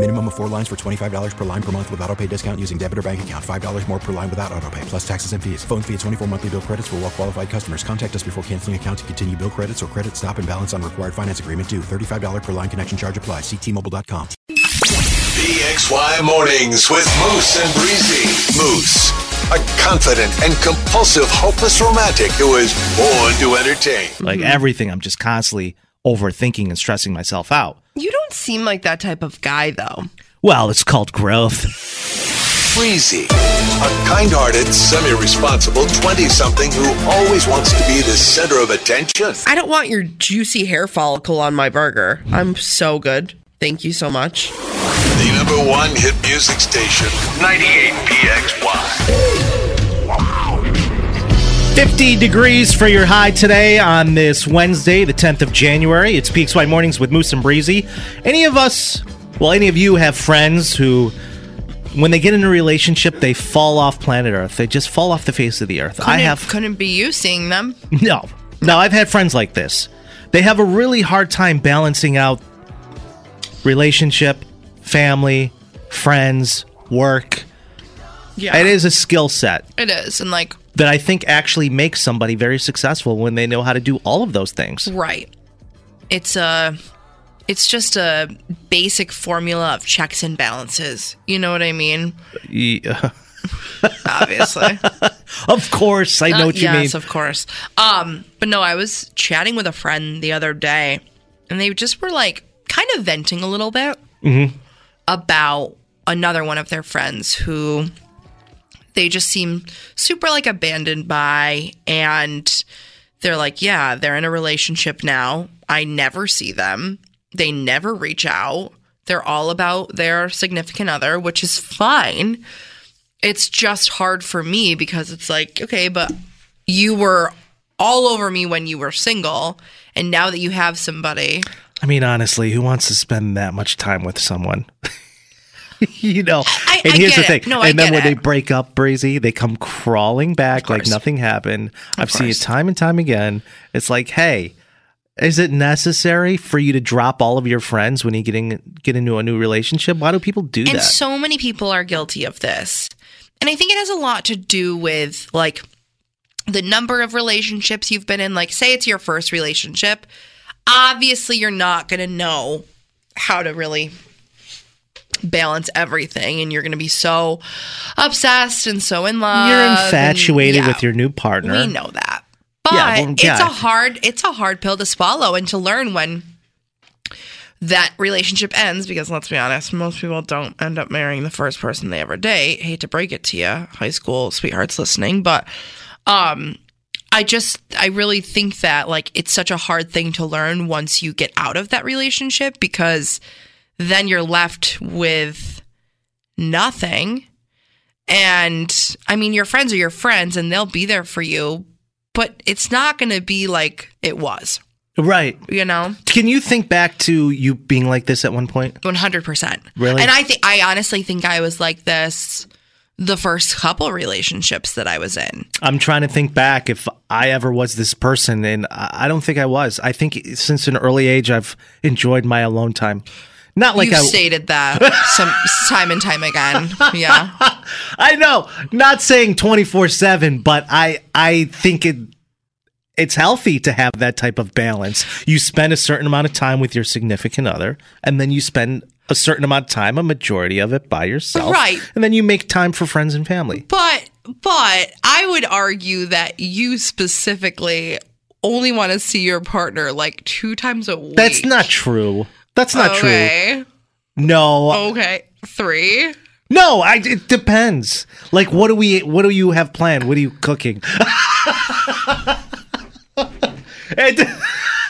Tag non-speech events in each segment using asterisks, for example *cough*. Minimum of four lines for $25 per line per month with auto pay discount using debit or bank account. $5 more per line without auto pay, plus taxes and fees. Phone fee at 24 monthly bill credits for all well qualified customers. Contact us before canceling account to continue bill credits or credit stop and balance on required finance agreement due. $35 per line connection charge applies. Ctmobile.com. BXY Mornings with Moose and Breezy. Moose, a confident and compulsive hopeless romantic who is born to entertain. Like everything, I'm just constantly overthinking and stressing myself out. You don't seem like that type of guy, though. Well, it's called growth. Breezy, a kind hearted, semi responsible 20 something who always wants to be the center of attention. I don't want your juicy hair follicle on my burger. I'm so good. Thank you so much. The number one hit music station, 98PXY. Wow. 50 degrees for your high today on this Wednesday, the 10th of January. It's Peaks White Mornings with Moose and Breezy. Any of us, well, any of you have friends who, when they get in a relationship, they fall off planet Earth. They just fall off the face of the earth. Couldn't, I have. Couldn't be you seeing them. No. No, I've had friends like this. They have a really hard time balancing out relationship, family, friends, work. Yeah. It is a skill set. It is. And like that I think actually makes somebody very successful when they know how to do all of those things. Right. It's a it's just a basic formula of checks and balances. You know what I mean? Uh, Yeah. Obviously. *laughs* of course, I know uh, what you yes, mean. Yes, of course. Um, but no, I was chatting with a friend the other day and they just were like kind of venting a little bit mm-hmm. about another one of their friends who they just seem super like abandoned by and they're like yeah they're in a relationship now i never see them they never reach out they're all about their significant other which is fine it's just hard for me because it's like okay but you were all over me when you were single and now that you have somebody I mean, honestly, who wants to spend that much time with someone? *laughs* you know, I, and I here's the it. thing. No, and I then when it. they break up, Breezy, they come crawling back like nothing happened. Of I've seen it course. time and time again. It's like, hey, is it necessary for you to drop all of your friends when you getting get into a new relationship? Why do people do and that? so many people are guilty of this. And I think it has a lot to do with like the number of relationships you've been in. Like, say it's your first relationship obviously you're not going to know how to really balance everything and you're going to be so obsessed and so in love You're infatuated and, yeah, with your new partner. we know that but Yeah, well, yeah. it's a hard it's a hard pill to swallow and to learn when that relationship ends because let's be honest most people don't end up marrying the first person they ever date hate to break it to you high school sweethearts listening but um I just I really think that like it's such a hard thing to learn once you get out of that relationship because then you're left with nothing. And I mean your friends are your friends and they'll be there for you, but it's not going to be like it was, Right. you know? Can you think back to you being like this at one point? 100%. Really? And I think I honestly think I was like this the first couple relationships that I was in. I'm trying to think back if I ever was this person, and I I don't think I was. I think since an early age, I've enjoyed my alone time. Not like You've I stated that some time and time again. *laughs* Yeah. I know, not saying 24 seven, but I I think it it's healthy to have that type of balance. You spend a certain amount of time with your significant other, and then you spend a certain amount of time, a majority of it, by yourself, Right. And then you make time for friends and family. But but I would argue that you specifically only want to see your partner like two times a week. That's not true. That's not true. okay. No. Okay. Three. No, I, it depends. Like, what do we? What do you have planned? What are you cooking? *laughs* It-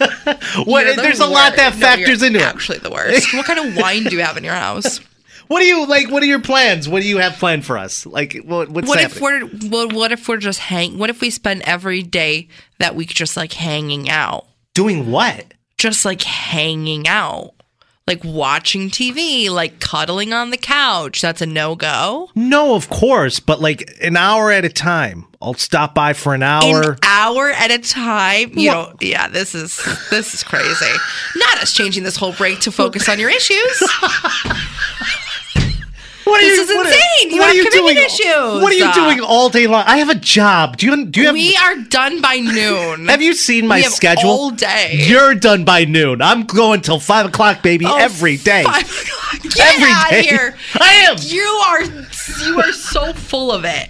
*laughs* what, You're the there's a lot that worst. No, you're factors into it. Actually, the worst. What kind of wine do you have in your house? What do you like? What are your plans? What do you have planned for us? Like, what, what's what if happening? we're what, what if we're just hang? What if we spend every day that week just like hanging out? Doing what? Just like hanging out, like watching TV, like cuddling on the couch. That's a no go. No, of course, but like an hour at a time. I'll stop by for an hour. An hour at a time. You Well- know, yeah. This is this is crazy. Not us changing this whole break to focus on your issues. *laughs* what this is insane. You have commitment issues. What are you Uh, doing all day long? I have a job. Do you? Do you have? we are done by noon. have you seen my we have schedule? all day. You're done by noon. I'm going till five o'clock, baby, Oh, every day. five o'clock. Get Every out day. of here. I am. You are you are so full of it.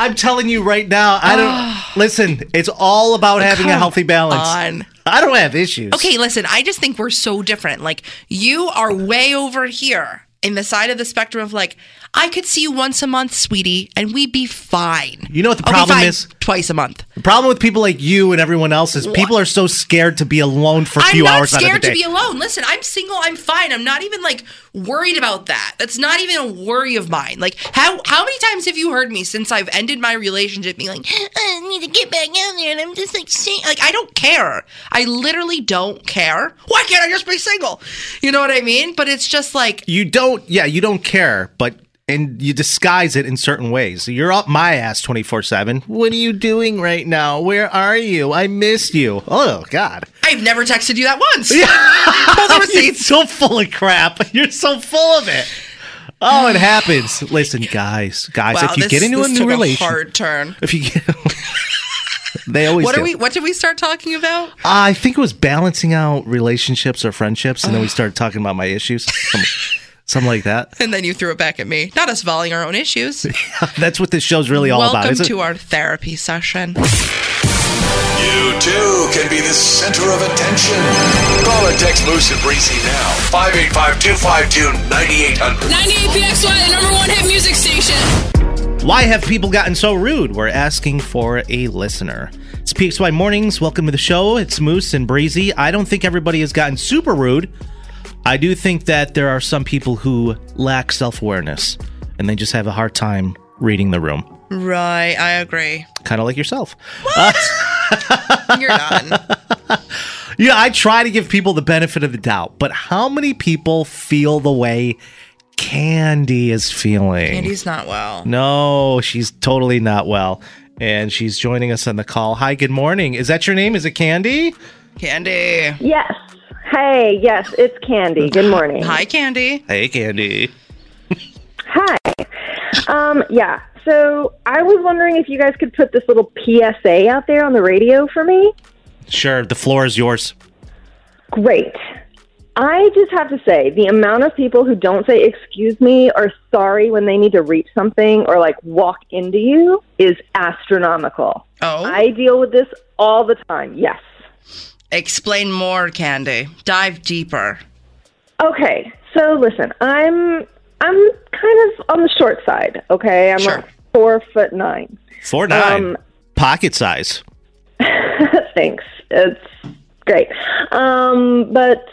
I'm telling you right now. I Ah. don't listen. It's all about having a Come healthy balance. on. I don't have issues. Okay, listen, I just think we're so different. Like you are way over here in the side of the spectrum of like I could see you once a month, sweetie, and we'd be fine. You know what the Okay, problem fine, is? Twice a month. The problem with people like you and everyone else is people are so scared to be alone for a I'm few not hours out of the scared day. to be alone. Listen, I'm single. I'm fine. I'm not even like worried about that. That's not even a worry of mine. Like how how many times have you heard me since I've ended my relationship being like, "Uh, I need to get back out there, and I'm just like, sing-" like I don't care. I literally don't care. Why can't I just be single? You know what I mean? But it's just like you don't yeah you don't care but and you disguise it in certain ways you're up my ass 24-7 what are you doing right now where are you i missed you oh god I've never texted you that *laughs* once. Both the you're receipts. so full of crap *laughs* you're so full of it oh it happens listen guys guys Wow, if you this- get into a this new took relationship hard turn. if you get *laughs* they always What do. are we? What did we start talking about? I think it was balancing out relationships or friendships, and then we started talking about my issues, Some- something like that. And then you threw it back at me. Not us volleying our own issues. That's what this show's really all Welcome about. isn't it? to our therapy session. You too can be the center of attention. Call or text Moose and Breezy now. 585 252 9800. 98 PXY, the number one hit music station. Why have people gotten so rude? We're asking for a listener. It's PXY Mornings. Welcome to the show. It's Moose and Breezy. I don't think everybody has gotten super rude. I do think that there are some people who lack self awareness and they just have a hard time reading the room, Right, I agree. kind of like yourself. *laughs* You're done. *laughs* Yeah, I try to give people the benefit of the doubt, but how many people feel the way Candy is feeling? Andy's not well. No, she's totally not well. And she's joining us on the call. Hi, good morning. Is that your name? Is it Candy? Candy. Yes. Hey, yes, it's Candy. Good morning. Hi, Candy. Hey, Candy. Hi. Um, yeah. So I was wondering if you guys could put this little PSA out there on the radio for me. Sure, the floor is yours. Great. I just have to say, the amount of people who don't say excuse me or sorry when they need to reach something or like walk into you is astronomical. Oh. I deal with this all the time. Yes. Explain more, Candy. Dive deeper. Okay, so listen, I'm I'm kind of on the short side. Okay, I'm like *laughs* four foot nine. Four nine. Um, Pocket size. Thanks, it's great. Um, but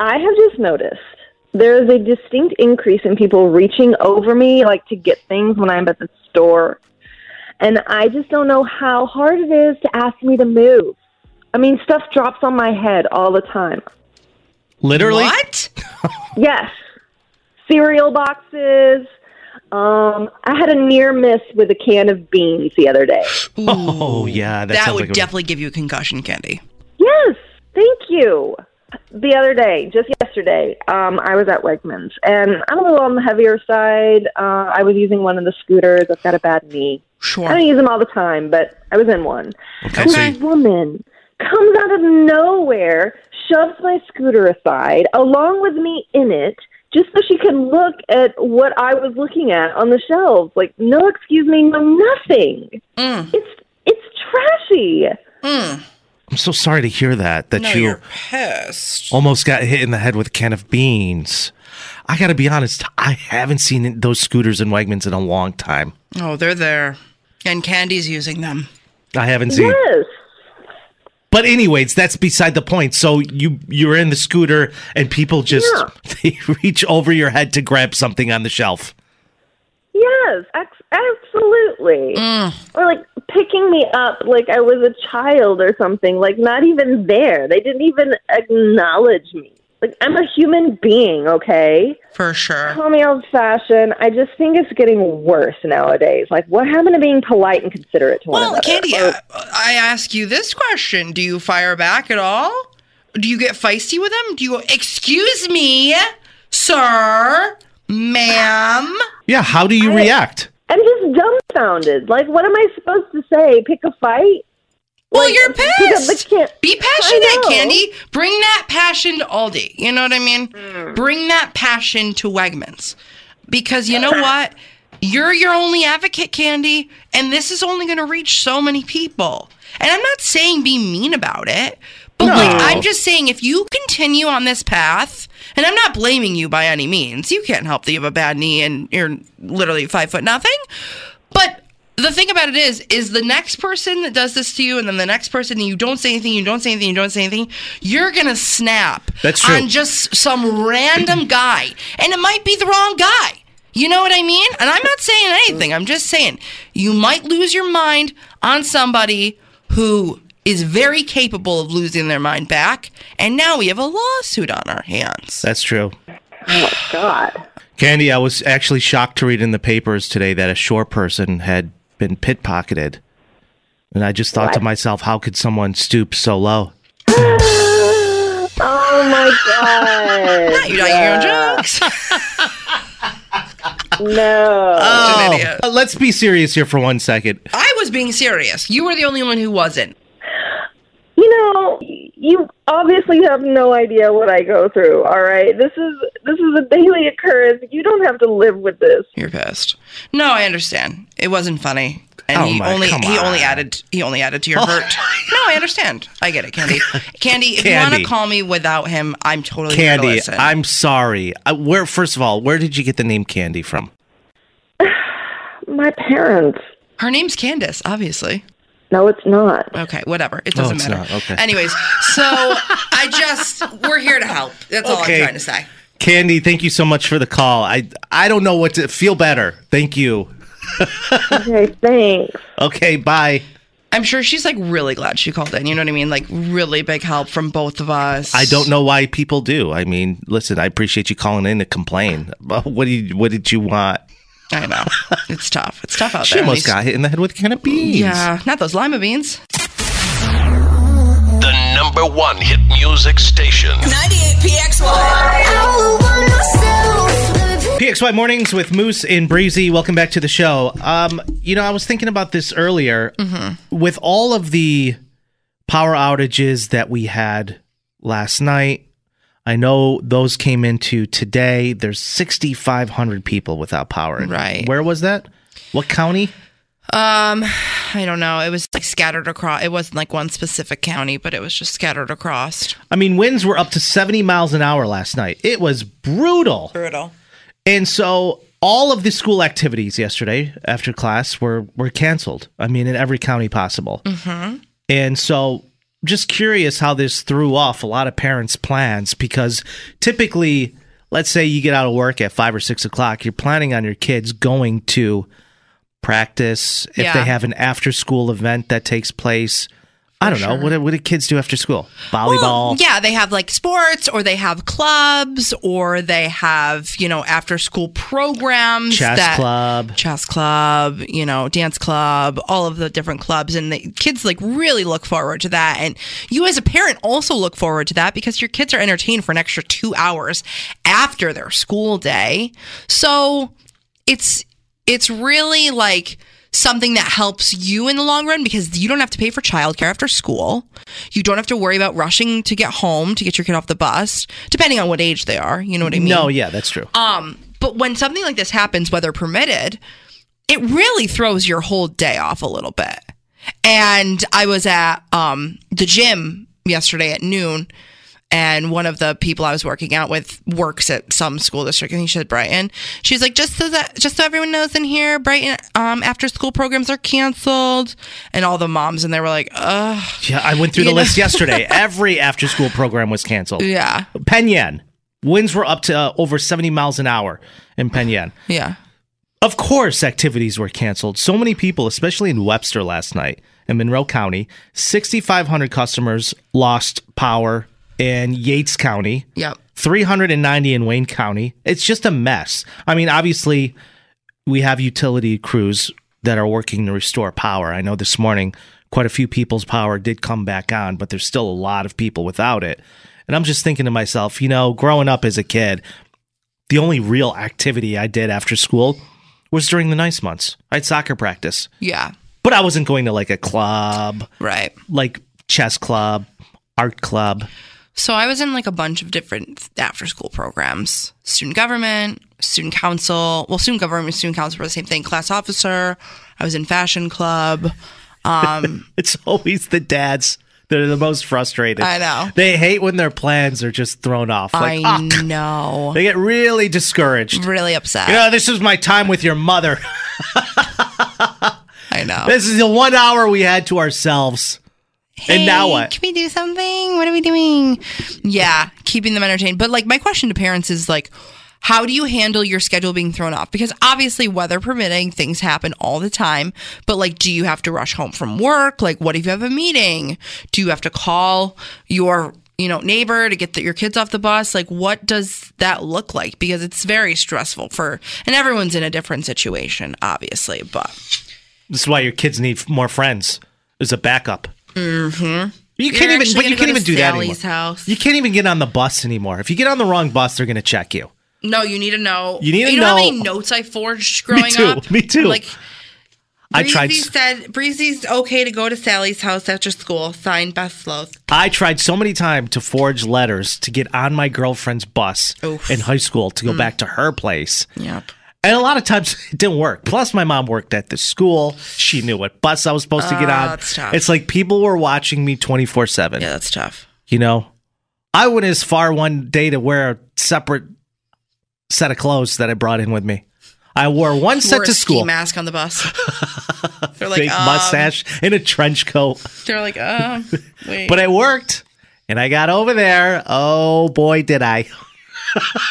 I have just noticed there is a distinct increase in people reaching over me, like to get things when I'm at the store, and I just don't know how hard it is to ask me to move. I mean, stuff drops on my head all the time. Literally. What? Yes. Cereal boxes. Um, I had a near miss with a can of beans the other day. Oh, yeah. That, that sounds would like a- definitely give you concussion, Candy. Yes, thank you. The other day, just yesterday, um, I was at Wegmans, and I'm a little on the heavier side. Uh, I was using one of the scooters. I've got a bad knee. Sure. I don't use them all the time, but I was in one. Okay, and so this woman comes out of nowhere, shoves my scooter aside, along with me in it, just so she can look at what I was looking at on the shelves. Like, no, excuse me, no, nothing. It's it's trashy. I'm so sorry to hear that. That No, you you're pissed. almost got hit in the head with a can of beans. I got to be honest. I haven't seen those scooters in Wegmans in a long time. Oh, they're there. And Candy's using them. I haven't seen. Yes. But anyways, that's beside the point. So you you're in the scooter and people just *laughs* they reach over your head to grab something on the shelf. Yes, ex- absolutely. Or like picking me up like I was a child or something. Like not even there. They didn't even acknowledge me. Like I'm a human being, okay? For sure. Call me old fashioned. I just think it's getting worse nowadays. Like what happened to being polite and considerate to one Well, another? Candy, I, I ask you this question: Do you fire back at all? Do you get feisty with them? Do you go, excuse me, sir, ma'am? Yeah, how do you react? I'm just dumbfounded. Like what am I supposed to say? Pick a fight? Well, Like, you're pick up the pissed. can- Be I passionate, know. Candy. Bring that passion to Aldi. You know what I mean? Mm. Bring that passion to Wegmans. Because you know what? You're your only advocate, Candy, and this is only going to reach so many people. And I'm not saying be mean about it, but like No. I'm just saying if you continue on this path, and I'm not blaming you by any means. You can't help that you have a bad knee and you're literally five foot nothing. But the thing about it is, is the next person that does this to you, and then the next person, and you don't say anything, you don't say anything, you don't say anything, you're gonna snap. That's true. On just some random guy, and it might be the wrong guy. You know what I mean? And I'm not saying anything. I'm just saying you might lose your mind on somebody who is very capable of losing their mind back, and now we have a lawsuit on our hands. That's true. Oh my god. Candy, I was actually shocked to read in the papers today that a shore person had been pickpocketed. And I just thought to myself, how could someone stoop so low? Oh my god. Not you don't hear Yeah. jokes. *laughs* No. Such an idiot. Uh, let's be serious here for one second. I was being serious. You were the only one who wasn't. you know you obviously have no idea what i go through all right this is this is a daily occurrence you don't have to live with this You're pissed. No, I understand. It wasn't funny. And Oh he my- only come he only on. added he only added Oh to your hurt. No, I understand. I get it, *laughs* Candy. Candy, if you want Candy. to call me without him, I'm totally here to Candy, listen. I'm sorry. Uh, where first of all, where did you get the name Candy from? my parents Her name's Candace, obviously. no it's not Okay, whatever. It Oh, doesn't it's matter. not. Okay. Anyways, so I just we're here to help. That's all I'm Okay. trying to say. Candy, thank you so much for the call. I I don't know what to feel better. Thank you. *laughs* okay, thanks. Okay, bye. I'm sure she's like really glad she called in. You know what I mean? Like really big help from both of us. I don't know why people do. I mean, listen, I appreciate you calling in to complain. But What do you, what did you want? I know. It's tough. It's tough out she there. almost These- got hit in the head with a can of beans. Yeah, not those lima beans. The number one hit music station. 98 PXY. PXY Mornings with Moose and Breezy. Welcome back to the show. Um, you know, I was thinking about this earlier. Mm-hmm. With all of the power outages that we had last night, I know those came into today. There's 6,500 people without power. Right. Where was that? What county? Um, I don't know. It was like scattered across. It wasn't like one specific county, but it was just scattered across. I mean, winds were up to 70 miles an hour last night. It was brutal. Brutal. And so all of the school activities yesterday after class were were canceled. I mean, in every county possible. Mm-hmm. And so just curious how this threw off a lot of parents' plans because typically, let's say you get out of work at five or six o'clock, you're planning on your kids going to practice. If Yeah. they have an after school event that takes place, I For don't know. sure. What, do- what do kids do after school? Volleyball? yeah, they have like sports, or they have clubs, or they have you know after school programs, Chess that- club. chess club, you know dance club, all of the different clubs, and the kids like really look forward to that, and you as a parent also look forward to that because your kids are entertained for an extra two hours after their school day, so it's it's really like something that helps you in the long run because you don't have to pay for childcare after school. You don't have to worry about rushing to get home to get your kid off the bus, depending on what age they are. You know what I mean? No, yeah, that's true. Um, but when something like this happens, whether permitted, it really throws your whole day off a little bit. And I was at um, the gym yesterday at noon, and one of the people I was working out with works at some school district. I think she said Brighton. She's like, just so that just so everyone knows in here, Brighton um, after school programs are canceled, and all the moms and they were like, ugh. Yeah, I went through the You know? list yesterday. Every after school program was canceled. Yeah. Pen Yen. Winds were up to uh, over 70 miles an hour in Pen Yen. Yeah. Of course, activities were canceled. So many people, especially in Webster last night in Monroe County, 6,500 customers lost power in Yates County. Yep. 390 in Wayne County. It's just a mess. I mean, obviously, we have utility crews that are working to restore power. I know this morning quite a few people's power did come back on, but there's still a lot of people without it. And I'm just thinking to myself, you know, growing up as a kid, the only real activity I did after school was during the nice months. I had soccer practice, Yeah. but I wasn't going to like a club, right? Like chess club, *laughs* art club. So I was in like a bunch of different after school programs student government, student council. Well, student government and student council were the same thing. Class officer. I was in fashion club. Um, it's always the dads that are the most frustrated. I know. They hate when their plans are just thrown off. Like, I "Ah." know. they get really discouraged. Really upset. You know, this is my time with your mother. I know. This is the one hour we had to ourselves. and now Hey, what? Can we do something? What are we doing? Yeah, keeping them entertained. But like my question to parents is like, how do you handle your schedule being thrown off? Because obviously, weather permitting, things happen all the time. But like, do you have to rush home from work? Like, what if you have a meeting? Do you have to call your you know neighbor to get the, your kids off the bus? Like, what does that look like? Because it's very stressful for, and everyone's in a different situation, obviously. But This is why your kids need f- more friends. There's a backup. Mhm. You You're can't even. But actually gonna you can't go to even do that anymore. Sally's house. You can't even get on the bus anymore. If you get on the wrong bus, they're going to check you. No, you need to know. You need to you know. how know- many notes I forged growing me too. up. Me too. Like I Breezy tried. s- said Breezy's okay to go to Sally's house after school. Signed, Best Sloth. I tried so many times to forge letters to get on my girlfriend's bus in high school to go Mm. back to her place. Yep. And a lot of times it didn't work. Plus, my mom worked at the school. She knew what bus I was supposed to get Oh, on. that's tough. It's like people were watching me 24 7. Yeah, that's tough. You know, I went as far one day to wear a separate set of clothes that I brought in with me. I wore one set Wore a to school, Ski mask on *laughs* the bus. they're like, fake um, mustache, and a trench coat. They're like, *laughs* um, wait. But it worked. And I got over there. Oh boy, did I.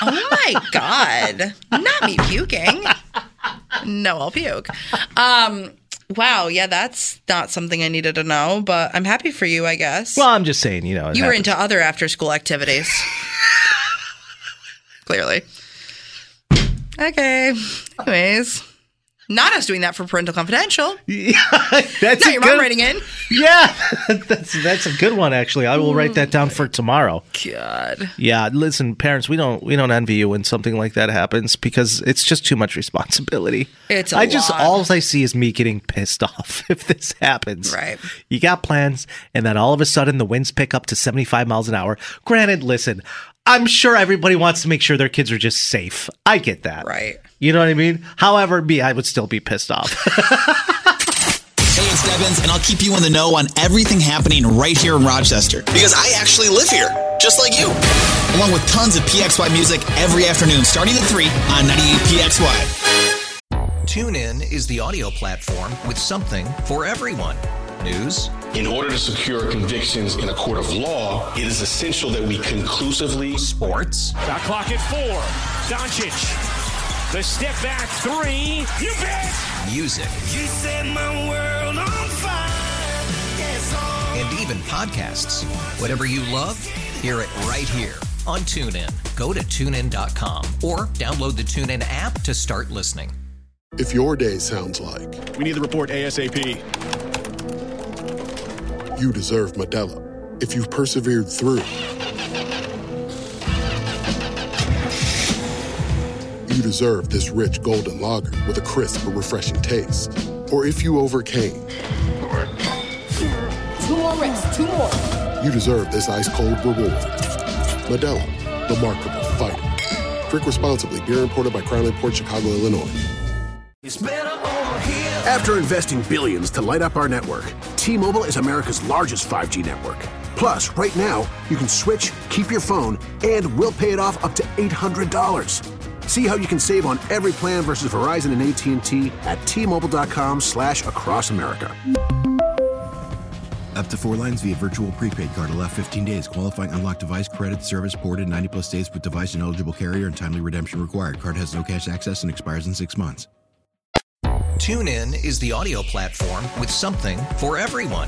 oh *laughs* my god, not me puking. No, I'll puke. Um, wow, yeah, that's not something I needed to know, but I'm happy for you, I guess. Well, I'm just saying, you know. it You were happens. into other after school *laughs* activities. Clearly. Okay. Anyways, not us doing that for parental confidential. *laughs* that's not a good- your mom writing in. Yeah, that's that's a good one actually. I will write that down for tomorrow. God. Hmm. Yeah, listen, parents, we don't we don't envy you when something like that happens because it's just too much responsibility. It's a I just lot. all I see is me getting pissed *laughs* off if this happens. Right. You got plans, and then all of a sudden the winds pick up to seventy five miles an hour. Granted, listen, I'm sure everybody wants to make sure their kids are just safe. I get that. Right. You know what I mean? However, me, I would still be pissed off. Hey, it's Devins, and I'll keep you in the know on everything happening right here in Rochester because I actually live here, just like you. Along with tons of PXY music every afternoon, starting at 3 on 98PXY. TuneIn is the audio platform with something for everyone. News, In order to secure convictions in a court of law, it is essential that we conclusively. Sports. Shot clock at four. Doncic. The step back three. You bet. music, You set my world on fire. Yes, oh. and even podcasts. Whatever you love, hear it right here on TuneIn. Go to tunein.com or download the TuneIn app to start listening. If your day sounds like We need the report ASAP. you deserve Medella, if you've persevered through, you deserve this rich golden lager with a crisp but refreshing taste. Or if you overcame, Two more reps, two more. you deserve this ice cold reward. Medella, the mark of a fighter. Drink responsibly. Beer imported by Crown Port Chicago, Illinois. After investing billions to light up our network, T-Mobile is America's largest 5G network. Plus, right now, you can switch, keep your phone, and we'll pay it off up to $800. See how you can save on every plan versus Verizon and AT&T at T-Mobile.com slash across America. Up to four lines via virtual prepaid card. Allow 15 days. Qualifying unlocked device credit service ported 90 plus days with device and eligible carrier and timely redemption required. Card has no cash access and expires in six months. TuneIn is the audio platform with something for everyone.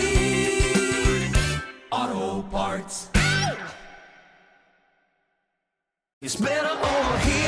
Auto Parts. It's better over here.